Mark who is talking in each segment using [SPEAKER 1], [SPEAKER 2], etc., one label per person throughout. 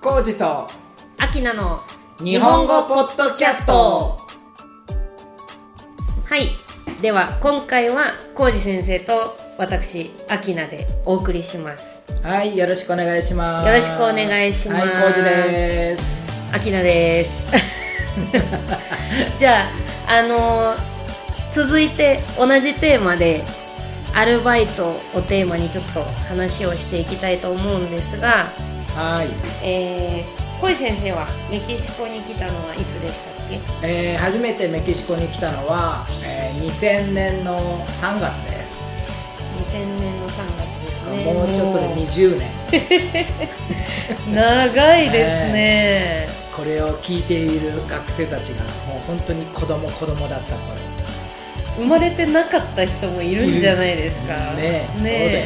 [SPEAKER 1] コージと
[SPEAKER 2] アキナの
[SPEAKER 1] 日本語ポッドキャスト
[SPEAKER 2] はいでは今回はコージ先生と私アキナでお送りします
[SPEAKER 1] はいよろしくお願いします
[SPEAKER 2] よろしくお願いしま
[SPEAKER 1] は
[SPEAKER 2] す
[SPEAKER 1] いコージです
[SPEAKER 2] アキナです じゃああのー続いて同じテーマでアルバイトをテーマにちょっと話をしていきたいと思うんですが
[SPEAKER 1] はい、
[SPEAKER 2] えー、恋先生はメキシコに来たのはいつでしたっけ
[SPEAKER 1] えー、初めてメキシコに来たのは、えー、2000年の3月です、
[SPEAKER 2] 2000年の3月ですね
[SPEAKER 1] もうちょっとで20年
[SPEAKER 2] 長い
[SPEAKER 1] です
[SPEAKER 2] ね、
[SPEAKER 1] これを聞いている学生たちがもう本当に子供子供だった頃
[SPEAKER 2] 生まれてなかった人もいるんじゃないですか
[SPEAKER 1] ねえ
[SPEAKER 2] そうだよね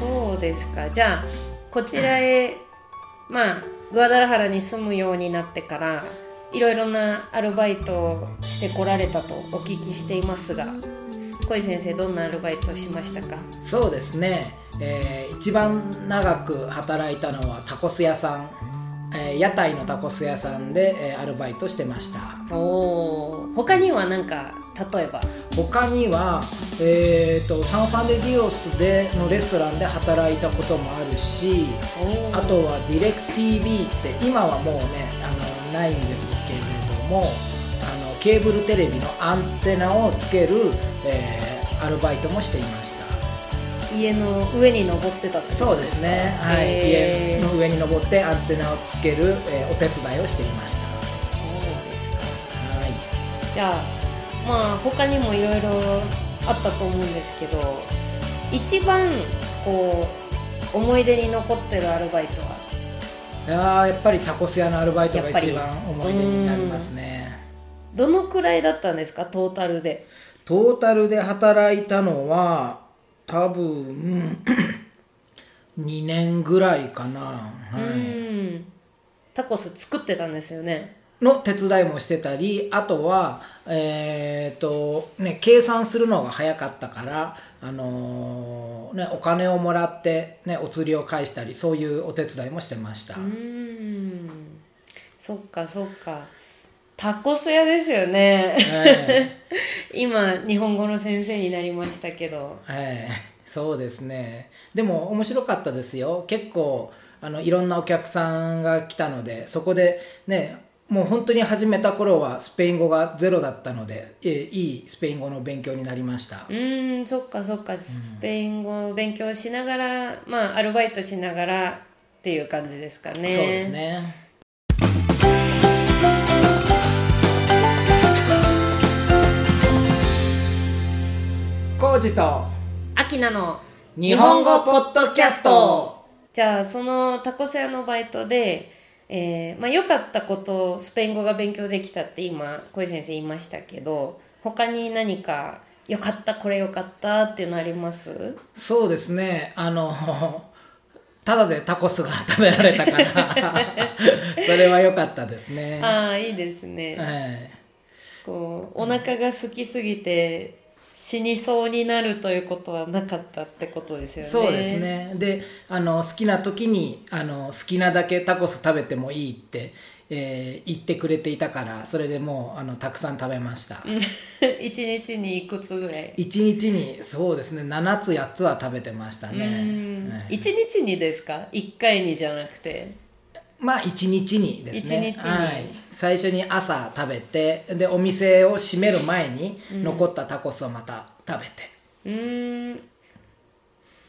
[SPEAKER 2] そうですかじゃあこちらへ まあグアダラハラに住むようになってからいろいろなアルバイトをしてこられたとお聞きしていますが恋先生どんなアルバイトをしましたか
[SPEAKER 1] そうだよねそうですね、えー一番長く働いたのはタコス屋さん、えー屋台のタコス屋さんで、えーアルバイトしてました
[SPEAKER 2] おお他には何か例えば
[SPEAKER 1] 他には、えー、とサンファンデ・ディオスでのレストランで働いたこともあるしあとはディレク TV って今はもうねあのないんですけれどもあのケーブルテレビのアンテナをつける、えーアルバイトもしていました
[SPEAKER 2] 家の上に登ってたってこと
[SPEAKER 1] そうですね、はい家
[SPEAKER 2] へー
[SPEAKER 1] の上に登ってアンテナをつける、えーお手伝いをしていました
[SPEAKER 2] そうですか
[SPEAKER 1] はい
[SPEAKER 2] じゃあまあ他にもいろいろあったと思うんですけど一番こう思い出に残ってるアルバイトは、
[SPEAKER 1] いやーやっぱりタコス屋のアルバイトが
[SPEAKER 2] やっぱり
[SPEAKER 1] 一番思い出になりますね
[SPEAKER 2] どのくらいだったんですかトータルで
[SPEAKER 1] トータルで働いたのは多分2年ぐらいかな、
[SPEAKER 2] う
[SPEAKER 1] は
[SPEAKER 2] んタコス作ってたんですよね
[SPEAKER 1] い、の手伝いもしてたりあとはえっ、とね計算するのが早かったからあのーね、お金をもらって、ね、お釣りを返したりそういうお手伝いもしてました、
[SPEAKER 2] うんそっかそっかタコス屋ですよね、
[SPEAKER 1] え
[SPEAKER 2] 今日本語の先生になりましたけど
[SPEAKER 1] ええそうですねでも面白かったですよ結構あのいろんなお客さんが来たのでそこでねもう本当に始めた頃はスペイン語がゼロだったので、ええいいスペイン語の勉強になりました
[SPEAKER 2] うーんそっかそっかスペイン語を勉強しながら、まあアルバイトしながらっていう感じですかねそう
[SPEAKER 1] そうですねコージと
[SPEAKER 2] 秋なの
[SPEAKER 1] 日本語ポッドキャスト
[SPEAKER 2] じゃあそのタコス屋のバイトで、えーまあ、良かったことスペイン語が勉強できたって今小井先生言いましたけど他に何か良かったこれ良かったっていうのあります
[SPEAKER 1] そうですねあのただでタコスが食べられたから それは良かったですね、
[SPEAKER 2] ああいいですね
[SPEAKER 1] え
[SPEAKER 2] こうお腹が空きすぎて死にそうになるということはなかったってことです
[SPEAKER 1] え
[SPEAKER 2] よね。
[SPEAKER 1] そうです。ねであの好きな時にあの好きなだけタコス食べてもいいって、えー言ってくれていたからそれでもうあのたくさん食べました
[SPEAKER 2] 一日にいくつぐらい。
[SPEAKER 1] 一日にそうですね7つ8つは食べてました
[SPEAKER 2] うーん
[SPEAKER 1] ね、ええ
[SPEAKER 2] 一日にですか一回にじゃなくて。
[SPEAKER 1] まあ一日にですね
[SPEAKER 2] 一日に
[SPEAKER 1] はい、最初に朝食べてでお店を閉める前に残ったタコスをまた食べて、
[SPEAKER 2] うーん。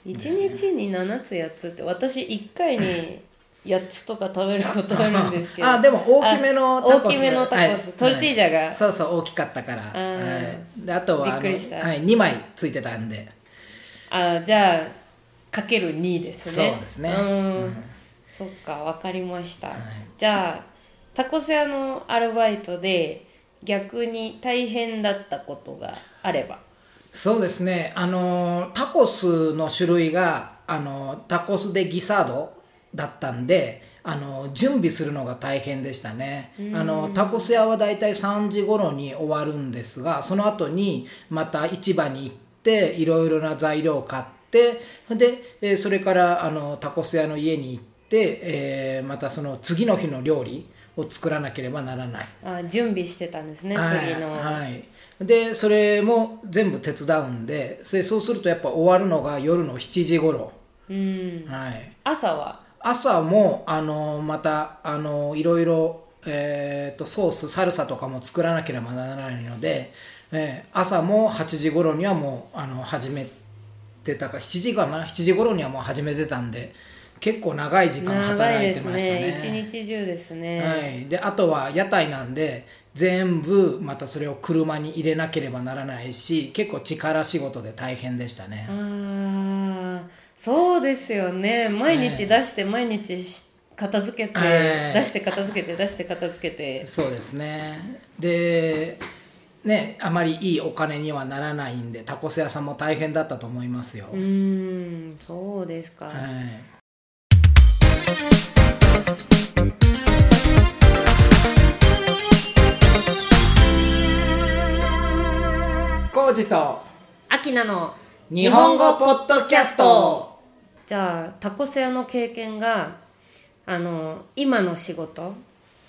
[SPEAKER 2] 一日に7つ8つって私1回に8つとか食べることあるんですけど
[SPEAKER 1] あでも大きめのタコス
[SPEAKER 2] あ大きめのタコス、
[SPEAKER 1] はい
[SPEAKER 2] トルティージャが、
[SPEAKER 1] はいそうそう大きかったからあ,、
[SPEAKER 2] ー
[SPEAKER 1] はい、であとはあの
[SPEAKER 2] びっくりした
[SPEAKER 1] はい、2枚ついてたんで
[SPEAKER 2] あじゃあかける2ですね
[SPEAKER 1] そうですね
[SPEAKER 2] うん、
[SPEAKER 1] うん
[SPEAKER 2] そっかわかりました、
[SPEAKER 1] い
[SPEAKER 2] じゃあタコス屋のアルバイトで逆に大変だったことがあれば
[SPEAKER 1] そうですねあのタコスの種類があのタコスでギサードだったんであの準備するのが大変でしたねあのタコス屋はだいたい3時頃に終わるんですがその後にまた市場に行っていろいろな材料を買ってでえーそれからあのタコス屋の家に行って。って、えーまたその次の日の料理を作らなければならない、
[SPEAKER 2] あ準備してたんですね、
[SPEAKER 1] はい
[SPEAKER 2] 次の、
[SPEAKER 1] はい、でそれも全部手伝うんでそれそうするとやっぱ終わるのが夜の7時頃、
[SPEAKER 2] うん
[SPEAKER 1] はい、
[SPEAKER 2] 朝は
[SPEAKER 1] 朝もあのまたあのいろいろ、えー、とソースサルサとかも作らなければならないので、えー朝も8時頃にはもうあの始めてたか7時かな7時頃にはもう始めてたんで結構長い時間
[SPEAKER 2] 長い
[SPEAKER 1] 働い
[SPEAKER 2] で
[SPEAKER 1] て
[SPEAKER 2] す
[SPEAKER 1] ましたね
[SPEAKER 2] ね一日中ですね、
[SPEAKER 1] はい、であとは屋台なんで全部またそれを車に入れなければならないし結構力仕事で大変でしたね、
[SPEAKER 2] ああそうですよね毎日出して毎日し片付けて、
[SPEAKER 1] ええ
[SPEAKER 2] 出して片付けて出して片付けて
[SPEAKER 1] そうですねでねあまりいいお金にはならないんでタコス屋さんも大変だったと思いますよ、
[SPEAKER 2] うーんそうですか、
[SPEAKER 1] はいコージと
[SPEAKER 2] 秋なの
[SPEAKER 1] 日本語ポッドキャスト
[SPEAKER 2] じゃあタコス屋の経験があの今の仕事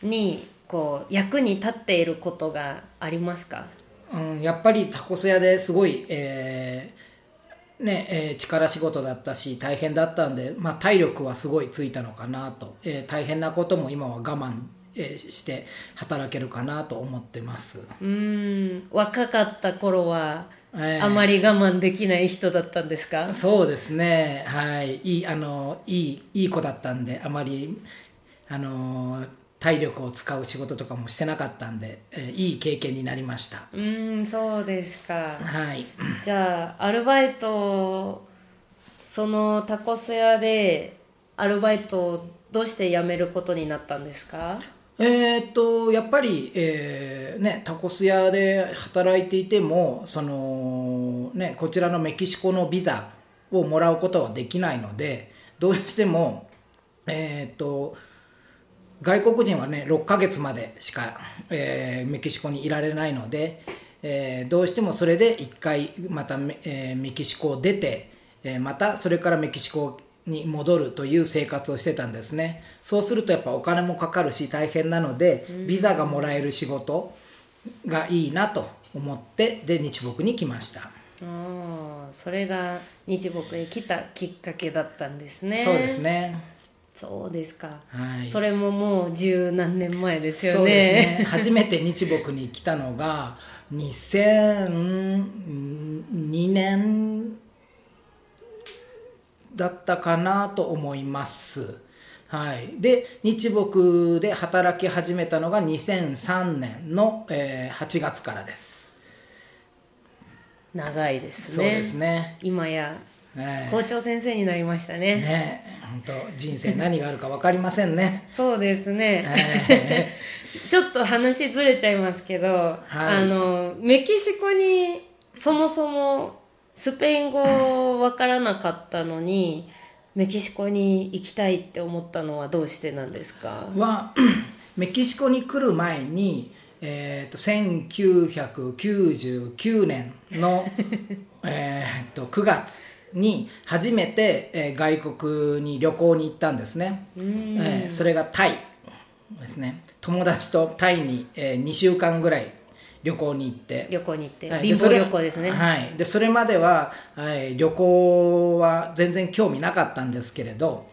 [SPEAKER 2] にこう役に立っていることがありますか
[SPEAKER 1] うん、やっぱりタコス屋ですごい、えーねえー力仕事だったし大変だったんで、まあ、体力はすごいついたのかなと、えー大変なことも今は我慢、えーして働けるかなと思ってます、
[SPEAKER 2] うーん若かった頃は
[SPEAKER 1] えー
[SPEAKER 2] あまり我慢できない人だったんですか、
[SPEAKER 1] そうですねはいいいあのいいいい子だったんであまりあの体力を使う仕事とかもしてなかったんで、えーいい経験になりました
[SPEAKER 2] うーんそうですか
[SPEAKER 1] はい
[SPEAKER 2] じゃあアルバイトそのタコス屋でアルバイトをどうして辞めることになったんですか
[SPEAKER 1] えーっとやっぱり、えーね、タコス屋で働いていてもその、ね、こちらのメキシコのビザをもらうことはできないのでどうしても、えーっと外国人はね6ヶ月までしか、えーメキシコにいられないので、えーどうしてもそれで1回またメ,、えーメキシコを出て、えーまたそれからメキシコに戻るという生活をしてたんですねそうするとやっぱお金もかかるし大変なのでビザがもらえる仕事がいいなと思ってで日僕に来ました、
[SPEAKER 2] ああそれが日僕へ来たきっかけだったんですね
[SPEAKER 1] そうですね
[SPEAKER 2] そうですか、
[SPEAKER 1] はい
[SPEAKER 2] それももう十何年前ですよね
[SPEAKER 1] そうですね初めて日牧に来たのが2002年だったかなと思います。はい、で日牧で働き始めたのが2003年の、えー8月からです。
[SPEAKER 2] 長いです
[SPEAKER 1] そう
[SPEAKER 2] ね
[SPEAKER 1] ですね。
[SPEAKER 2] 今や
[SPEAKER 1] ね
[SPEAKER 2] 校長先生になりましたね
[SPEAKER 1] えねえ本当人生何があるか分かりませんね。
[SPEAKER 2] そうですね、
[SPEAKER 1] え
[SPEAKER 2] ちょっと話ずれちゃいますけど、あのメキシコにそもそもスペイン語わからなかったのにメキシコに行きたいって思ったのはどうしてなんですか
[SPEAKER 1] は メキシコに来る前に、えー、と1999年のえーと9月に初めて、えー外国に旅行に行ったんですね、えーそれがタイですね友達とタイに、え2週間ぐらい旅行に行って
[SPEAKER 2] 旅行に行って、
[SPEAKER 1] はい
[SPEAKER 2] 貧
[SPEAKER 1] そ
[SPEAKER 2] 乏
[SPEAKER 1] れ
[SPEAKER 2] 旅行ですね、
[SPEAKER 1] はい、でそれまでは、はい、旅行は全然興味なかったんですけれど、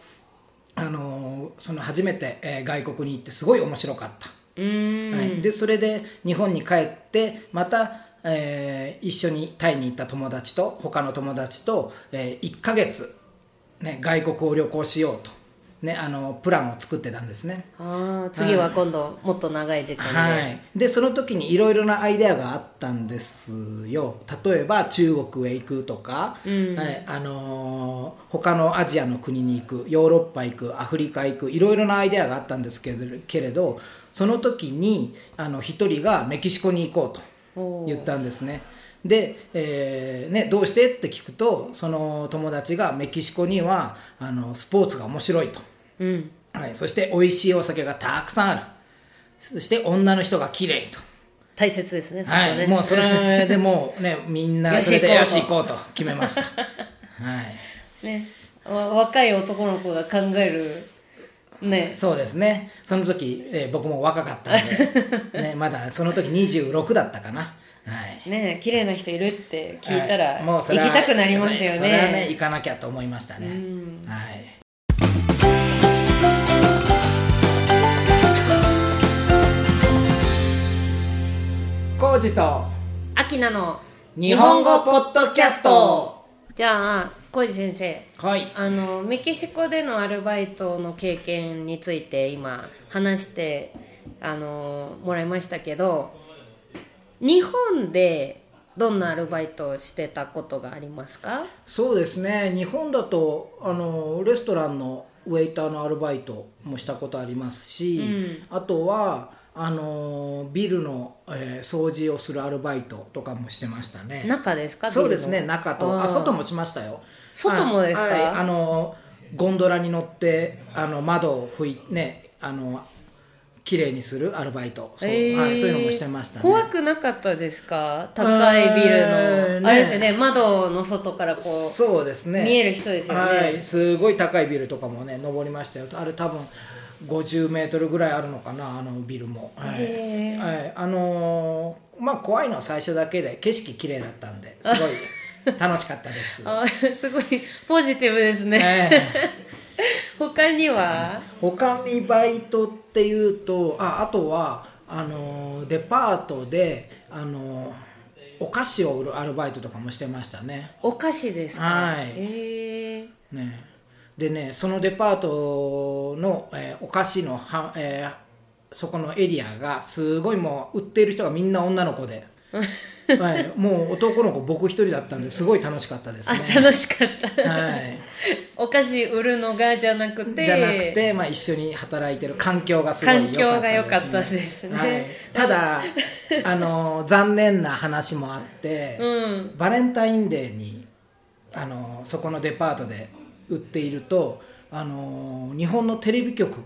[SPEAKER 1] あのーその初めて、えー外国に行ってすごい面白かった、
[SPEAKER 2] うーん
[SPEAKER 1] はい、でそれで日本に帰ってまた、えー一緒にタイに行った友達と他の友達と、え1ヶ月、ね、外国を旅行しようと、ね、あのプランを作ってたんですね。
[SPEAKER 2] ああ次は今度もっと長い時間で、
[SPEAKER 1] はい、でその時にいろいろなアイデアがあったんですよ例えば中国へ行くとか、はいあのー他のアジアの国に行くヨーロッパ行くアフリカ行くいろいろなアイデアがあったんですけれけれどその時にあの一人がメキシコに行こうと。
[SPEAKER 2] おー
[SPEAKER 1] 言ったんですねで、えーね「どうして?」って聞くとその友達がメキシコにはあのスポーツが面白いと、
[SPEAKER 2] うん
[SPEAKER 1] はい、そして美味しいお酒がたくさんあるそして女の人が綺麗と
[SPEAKER 2] 大切ですねそこ
[SPEAKER 1] は
[SPEAKER 2] ね
[SPEAKER 1] い、もうそれでもう ねみんなそれで
[SPEAKER 2] よ
[SPEAKER 1] よ
[SPEAKER 2] し
[SPEAKER 1] し行
[SPEAKER 2] 行
[SPEAKER 1] こうと決めましたはい
[SPEAKER 2] ねわ若い男の子が考えるね
[SPEAKER 1] そうですねその時、えー僕も若かったん で、ね、まだその時26だったかなはい
[SPEAKER 2] ね綺麗な人いるって聞いたら、
[SPEAKER 1] はそ
[SPEAKER 2] 行
[SPEAKER 1] れは
[SPEAKER 2] きたくなりますよね
[SPEAKER 1] それはね行かなきゃと思いました
[SPEAKER 2] う
[SPEAKER 1] ね、
[SPEAKER 2] ん
[SPEAKER 1] はいコージと
[SPEAKER 2] 秋なの
[SPEAKER 1] 日本語ポッドキャスト
[SPEAKER 2] じゃあ小路先生
[SPEAKER 1] はい
[SPEAKER 2] あのメキシコでのアルバイトの経験について今話してあのもらいましたけど日本でどんなアルバイトをしてたことがありますか
[SPEAKER 1] そうですね日本だとあのレストランのウェイターのアルバイトもしたことありますし、
[SPEAKER 2] うん
[SPEAKER 1] あとはあのビルの、えー掃除をするアルバイトとかもしてましたね
[SPEAKER 2] 中ですか
[SPEAKER 1] そうです
[SPEAKER 2] ビ
[SPEAKER 1] ね
[SPEAKER 2] ルの
[SPEAKER 1] 中とあ
[SPEAKER 2] ー
[SPEAKER 1] 外もしましたよ
[SPEAKER 2] 外もですか
[SPEAKER 1] はいはいあのゴンドラに乗ってあの窓を拭いねあの綺麗にするアルバイトそう,、
[SPEAKER 2] えー
[SPEAKER 1] はい、そういうのもしてましたね
[SPEAKER 2] 怖くなかったですか高いビルの、
[SPEAKER 1] えーね
[SPEAKER 2] あれですよね窓の外からこう
[SPEAKER 1] そうですね
[SPEAKER 2] 見える人ですよね
[SPEAKER 1] はいすごい高いビルとかもね登りましたよあれ多分50メートルぐらいあるのかなあのビルも、はい
[SPEAKER 2] へー
[SPEAKER 1] はい、あのーまあ怖いのは最初だけで景色綺麗だったんですごい楽しかった です、
[SPEAKER 2] あすごいポジティブです
[SPEAKER 1] え
[SPEAKER 2] ね
[SPEAKER 1] え
[SPEAKER 2] 他には
[SPEAKER 1] 他にバイトっていうとああとはあのーデパートであのーお菓子を売るアルバイトとかもしてましたね
[SPEAKER 2] お菓子ですか
[SPEAKER 1] はい
[SPEAKER 2] えー
[SPEAKER 1] ねでねそのデパートの、えーお菓子のは、えーそこのエリアがすごいもう売っている人がみんな女の子 で、はい、もう男の子僕一人だったんですごい楽しかったです
[SPEAKER 2] あ
[SPEAKER 1] ね。
[SPEAKER 2] 楽しかった
[SPEAKER 1] はい、
[SPEAKER 2] お菓子売るのがじゃなくて
[SPEAKER 1] じゃなくて、まあ、一緒に働いてる環境がすごい
[SPEAKER 2] 環境が良かったですね
[SPEAKER 1] はい、ただあの残念な話もあって、
[SPEAKER 2] うん
[SPEAKER 1] バレンタインデーにあのそこのデパートで売っているとあの日本のテレビ局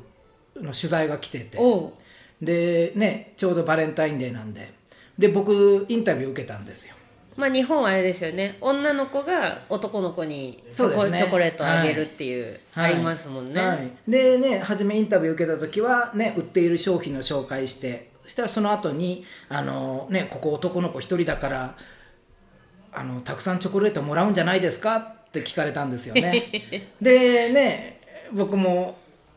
[SPEAKER 1] の取材が来てて
[SPEAKER 2] おう
[SPEAKER 1] で、ね、ちょうどバレンタインデーなんでで僕インタビュー受けたんですよ
[SPEAKER 2] まあ日本はあれですよね女の子が男の子にチ
[SPEAKER 1] そう
[SPEAKER 2] ョ
[SPEAKER 1] で
[SPEAKER 2] コ,、
[SPEAKER 1] すね
[SPEAKER 2] チョコレートあげるっていう、
[SPEAKER 1] はい
[SPEAKER 2] ありますもんね、
[SPEAKER 1] はい、でね初めインタビュー受けた時はね売っている商品の紹介してそしたらその後にあのねここ男の子一人だからあのたくさんチョコレートもらうんじゃないですかって聞かれたんですよ ねでね僕も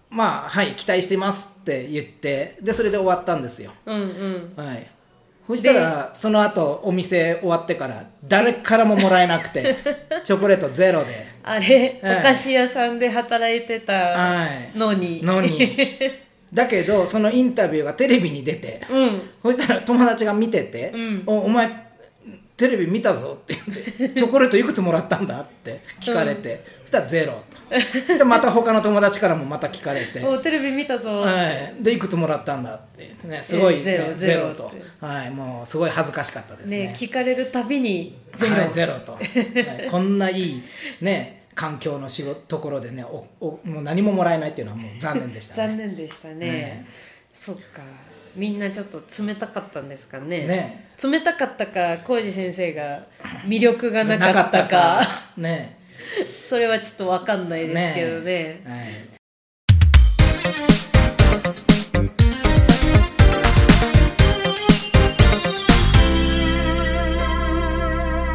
[SPEAKER 1] まあはい期待してますって言ってでそれで終わったんですよ
[SPEAKER 2] うんうん
[SPEAKER 1] はいそしたらその後お店終わってから誰からももらえなく てチョコレートゼロで
[SPEAKER 2] あれ、
[SPEAKER 1] はい
[SPEAKER 2] お菓子屋さんで働いてた
[SPEAKER 1] はい
[SPEAKER 2] のに、
[SPEAKER 1] のに だけどそのインタビューがテレビに出て
[SPEAKER 2] うん
[SPEAKER 1] そしたら友達が見てて「
[SPEAKER 2] うん
[SPEAKER 1] おお前テレビ見たぞ」って言 って「チョコレートいくつもらったんだ?」って聞かれて、そしたら「ゼロ」とそしたらまた他の友達からもま た聞かれて
[SPEAKER 2] おテレビ見たぞ、
[SPEAKER 1] はい、でいくつもらったんだって、ね、すごい、ね
[SPEAKER 2] えゼロ
[SPEAKER 1] ゼロ
[SPEAKER 2] ゼロっ
[SPEAKER 1] と
[SPEAKER 2] て、
[SPEAKER 1] はい、もうすごい恥ずかしかったですね
[SPEAKER 2] ね聞かれるたびに
[SPEAKER 1] ゼロ,、ゼロと、はいこんないい、ね、環境の仕事ところでねおおもう何ももらえないっていうのはもう残念でしたね
[SPEAKER 2] 残念でしたね、
[SPEAKER 1] ね
[SPEAKER 2] そっかみんなちょっと冷たかったんですかね
[SPEAKER 1] ね
[SPEAKER 2] 冷たかったか浩二先生が魅力がなかったか
[SPEAKER 1] ね
[SPEAKER 2] それはちょっと分かんないですけどね
[SPEAKER 1] はい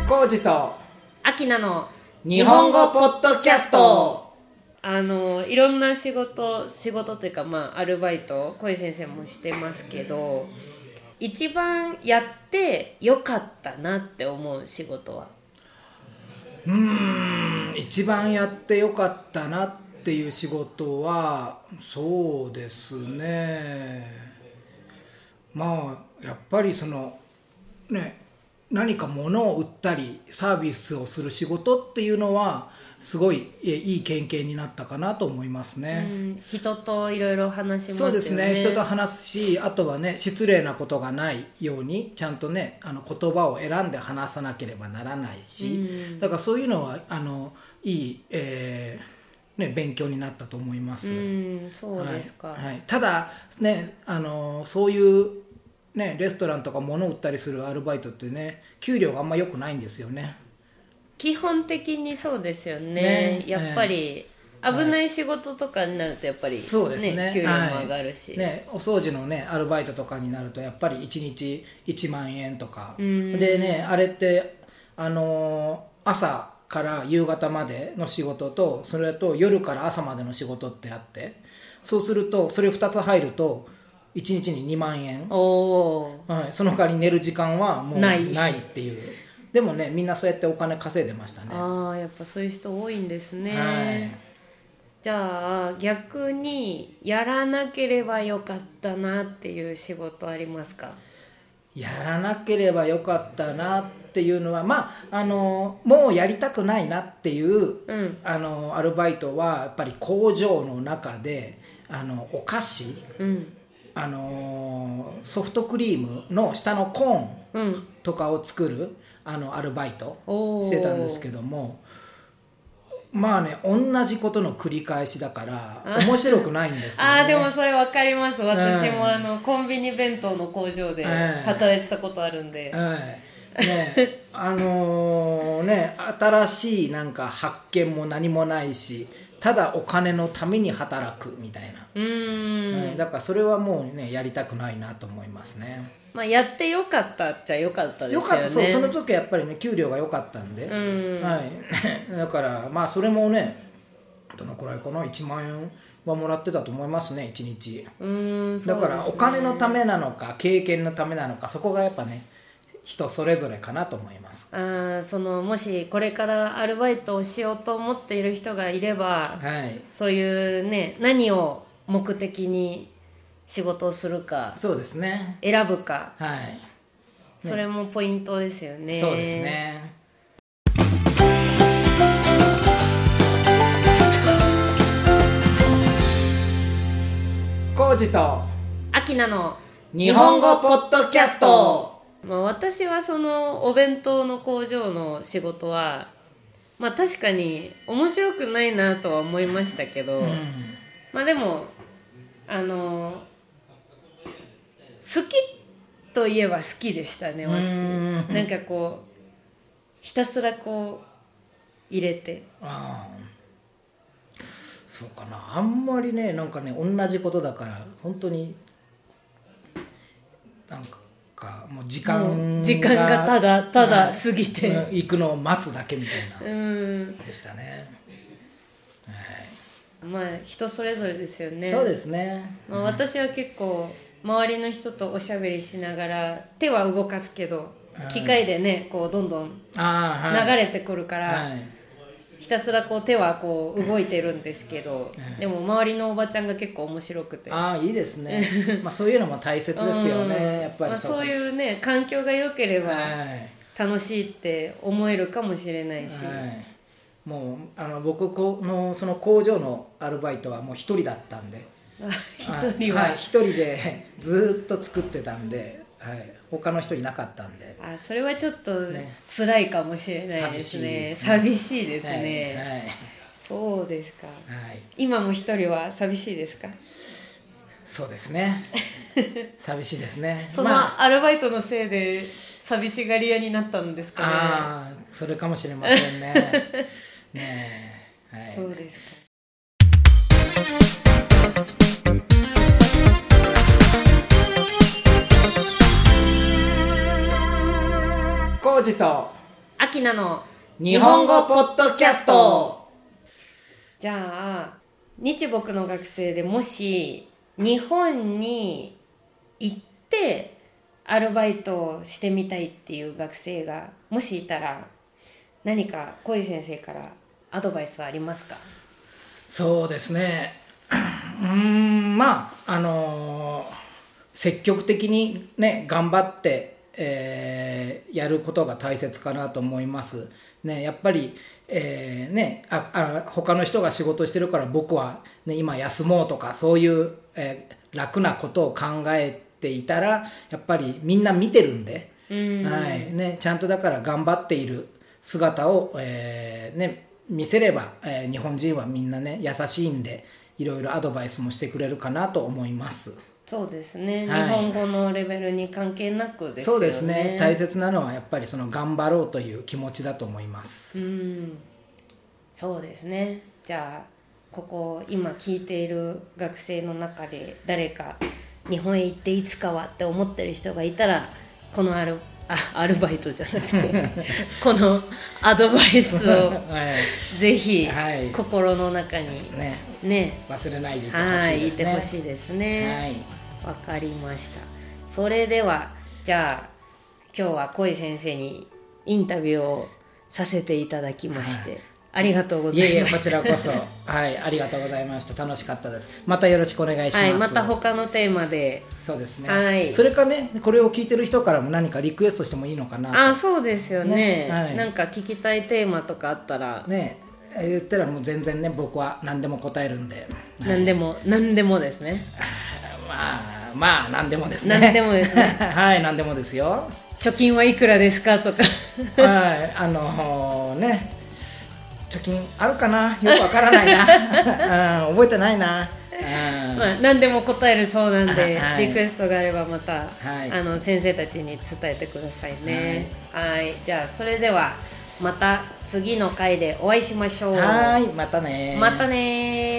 [SPEAKER 1] コージと
[SPEAKER 2] 秋なの
[SPEAKER 1] 日本語ポッドキャスト
[SPEAKER 2] あのいろんな仕事仕事というかまあアルバイト小井先生もしてますけど一番やってよかったなって思う仕事は
[SPEAKER 1] うーん一番やってよかったなっていう仕事はそうですねまあやっぱりそのね何か物を売ったりサービスをする仕事っていうのはすごいえいい経験になったかなと思います
[SPEAKER 2] う
[SPEAKER 1] ね。
[SPEAKER 2] ん人といろいろ話します
[SPEAKER 1] そ
[SPEAKER 2] よ
[SPEAKER 1] う
[SPEAKER 2] ね
[SPEAKER 1] ですね人と話すしあとはね失礼なことがないようにちゃんとねあの言葉を選んで話さなければならないし、
[SPEAKER 2] うん
[SPEAKER 1] だからそういうのはあのいい、えーね、勉強になったと思います。
[SPEAKER 2] うんそうですか、
[SPEAKER 1] はいはいただ、ね、あのそういう、ね、レストランとか物を売ったりするアルバイトってね給料があんま良くないんですよね。
[SPEAKER 2] 基本的にそうですよね
[SPEAKER 1] ね
[SPEAKER 2] やっぱり、危ない仕事とかになるとやっぱり、ね
[SPEAKER 1] そうですね
[SPEAKER 2] 給料
[SPEAKER 1] はい
[SPEAKER 2] も上がるし、
[SPEAKER 1] ね、お掃除のねアルバイトとかになるとやっぱり1日1万円とか
[SPEAKER 2] うん
[SPEAKER 1] でねあれってあのー朝から夕方までの仕事とそれと夜から朝までの仕事ってあってそうするとそれ2つ入ると1日に2万円、
[SPEAKER 2] おお
[SPEAKER 1] はい、その代わり寝る時間はもうな
[SPEAKER 2] ないい
[SPEAKER 1] っていうでもねみんなそうやってお金稼いでましたね
[SPEAKER 2] ああやっぱそういう人多いんですね、
[SPEAKER 1] はい
[SPEAKER 2] じゃあ逆にやらなければよかったなっていう仕事ありますか
[SPEAKER 1] やらなければよかったなっていうのはまああのもうやりたくないなっていう
[SPEAKER 2] うん
[SPEAKER 1] あのアルバイトはやっぱり工場の中であのお菓子
[SPEAKER 2] うん
[SPEAKER 1] あのソフトクリームの下のコーン
[SPEAKER 2] うん
[SPEAKER 1] とかを作るあのアルバイト
[SPEAKER 2] おー
[SPEAKER 1] してたんですけどもまあね同じことの繰り返しだから面白くないんですよ、ね、
[SPEAKER 2] ああでもそれわかります私
[SPEAKER 1] うん
[SPEAKER 2] もあのコンビニ弁当の工場で
[SPEAKER 1] うん
[SPEAKER 2] 働いてたことあるんで
[SPEAKER 1] はい、ねあのーね新しいなんか発見も何もないしただお金のために働くみたいな、
[SPEAKER 2] うー
[SPEAKER 1] うん
[SPEAKER 2] ん
[SPEAKER 1] だからそれはもうねやりたくないなと思いますね
[SPEAKER 2] まあやってよかったっちゃよかったですよ
[SPEAKER 1] よ
[SPEAKER 2] ね
[SPEAKER 1] かったそうその時はやっぱりね給料が良かったんで、
[SPEAKER 2] うん
[SPEAKER 1] はい だからまあそれもねどのくらいかな1万円はもらってたと思いますね1日
[SPEAKER 2] うーん
[SPEAKER 1] だから
[SPEAKER 2] そ
[SPEAKER 1] お
[SPEAKER 2] うですね
[SPEAKER 1] 金のためなのか経験のためなのかそこがやっぱね人それぞれかなと思います
[SPEAKER 2] あーそのもしこれからアルバイトをしようと思っている人がいれば
[SPEAKER 1] はい
[SPEAKER 2] そういうね何を目的に仕事をするか
[SPEAKER 1] そうですね。
[SPEAKER 2] 選ぶか
[SPEAKER 1] はい。
[SPEAKER 2] それもポイントですよね
[SPEAKER 1] そうですね。コージと
[SPEAKER 2] 秋なの
[SPEAKER 1] 日本語ポッドキャスト。
[SPEAKER 2] まあ、私はそのお弁当の工場の仕事はまあ確かに面白くないなとは思いましたけど、まあでもあの好きといえば好きでしたね私
[SPEAKER 1] うん
[SPEAKER 2] なんかこうひたすらこう入れて
[SPEAKER 1] あーそうかな。あんまりね、なんかね、同じことだから、本当に。なんか、もう時間
[SPEAKER 2] もう時間がただただ過ぎて
[SPEAKER 1] うん行くのを待つだけみたいな。
[SPEAKER 2] うん
[SPEAKER 1] でしたね。はい。
[SPEAKER 2] まあ人それぞれですよね
[SPEAKER 1] そうですね。
[SPEAKER 2] まあ、私は結構周りの人とおしゃべりしながら手は動かすけど機械でねこうどんどん
[SPEAKER 1] ああ、はい。
[SPEAKER 2] 流れてくるから、
[SPEAKER 1] はい。
[SPEAKER 2] ひたすらこう手はこう動いてるんですけど、でも周りのおばちゃんが結構面白くて。
[SPEAKER 1] ああ、いいです ね。まあ、そういうのも大切ですよね。やっぱ
[SPEAKER 2] ま
[SPEAKER 1] り
[SPEAKER 2] あ、そ
[SPEAKER 1] う。
[SPEAKER 2] ういうね環境が良けれ
[SPEAKER 1] はい。
[SPEAKER 2] ば楽しいって思えるかもしれないし、
[SPEAKER 1] はい。もう、あの、僕、この、その工場のアルバイトはもう一人だったんで。
[SPEAKER 2] 一人は、
[SPEAKER 1] いい一人で ずーっと作ってたんで。はい。他の人いなかったんで。
[SPEAKER 2] あそれはちょっと
[SPEAKER 1] ね
[SPEAKER 2] 辛いかもしれないですね
[SPEAKER 1] 寂
[SPEAKER 2] 寂しいですねそうですか
[SPEAKER 1] はい。はい。はい。
[SPEAKER 2] 今も一人は寂しいですか
[SPEAKER 1] そうです ね。寂しいですね。
[SPEAKER 2] そのアルバイトのせいで寂しがり屋になったんですか
[SPEAKER 1] ああそれかもしれません ねねえ
[SPEAKER 2] ね。
[SPEAKER 1] は
[SPEAKER 2] そ
[SPEAKER 1] いう
[SPEAKER 2] です
[SPEAKER 1] コージと
[SPEAKER 2] か。秋なの
[SPEAKER 1] 日本語ポッドキャスト。
[SPEAKER 2] じゃあ日僕の学生でもし日本に行ってアルバイトをしてみたいっていう学生がもしいたら何か小井先生からアドバイスはありますか
[SPEAKER 1] そうですね うーんまああのー積極的にね頑張って、えーやることが大切かなと思いますねやっぱりえーねああ他の人が仕事してるから僕は、ね、今休もうとかそういう、えー楽なことを考えていたらやっぱりみんな見てるんで、はいね、ちゃんとだから頑張っている姿を、えーね、見せれば、えー日本人はみんなね優しいんでいろいろアドバイスもしてくれるかなと思います。
[SPEAKER 2] そうですね、
[SPEAKER 1] はい
[SPEAKER 2] 日本語のレベルに関係なくです
[SPEAKER 1] そ
[SPEAKER 2] よね
[SPEAKER 1] うですね大切なのはやっぱりその頑張ろうという気持ちだと思います。
[SPEAKER 2] うんそうですねじゃあここ今聞いている学生の中で誰か日本へ行っていつかはって思ってる人がいたらこのアル あアルバイトじゃなくてこのアドバイスを
[SPEAKER 1] は
[SPEAKER 2] ぜひ
[SPEAKER 1] はい
[SPEAKER 2] 心の中に
[SPEAKER 1] いね
[SPEAKER 2] ね
[SPEAKER 1] 忘れないでいてほ
[SPEAKER 2] は
[SPEAKER 1] しい
[SPEAKER 2] い
[SPEAKER 1] で
[SPEAKER 2] い
[SPEAKER 1] す
[SPEAKER 2] て
[SPEAKER 1] ね
[SPEAKER 2] ほしいですね
[SPEAKER 1] はい
[SPEAKER 2] わ、かりましたそれではじゃあ今日は恋先生にインタビューをさせていただきまして、ありがとうござい
[SPEAKER 1] い
[SPEAKER 2] ま
[SPEAKER 1] えい
[SPEAKER 2] した
[SPEAKER 1] えこちらこ そはいありがとうございました楽しかったですまたよろしくお願いします、
[SPEAKER 2] はい、また他のテーマで
[SPEAKER 1] そうですね、
[SPEAKER 2] はい
[SPEAKER 1] それかねこれを聞いてる人からも何かリクエストしてもいいのかな
[SPEAKER 2] あそうですよね
[SPEAKER 1] ねはい
[SPEAKER 2] なんか聞きたいテーマとかあったら、
[SPEAKER 1] ねえ言ったらもう全然ね僕は何でも答えるんで
[SPEAKER 2] 何でも何でもですね
[SPEAKER 1] まあまあ何でもですね
[SPEAKER 2] 何でもですね
[SPEAKER 1] はい何でもですよ
[SPEAKER 2] 貯金はいくらですかとか
[SPEAKER 1] はいあのね貯金あるかなよくわからないな、 うん、覚えてないな、うん
[SPEAKER 2] まあ何でも答えるそうなんで、
[SPEAKER 1] はい
[SPEAKER 2] リクエストがあればまた、
[SPEAKER 1] はい
[SPEAKER 2] あの先生たちに伝えてくださいねはいじゃあそれではまた次の回でお会いしましょう
[SPEAKER 1] はいまたね
[SPEAKER 2] またねー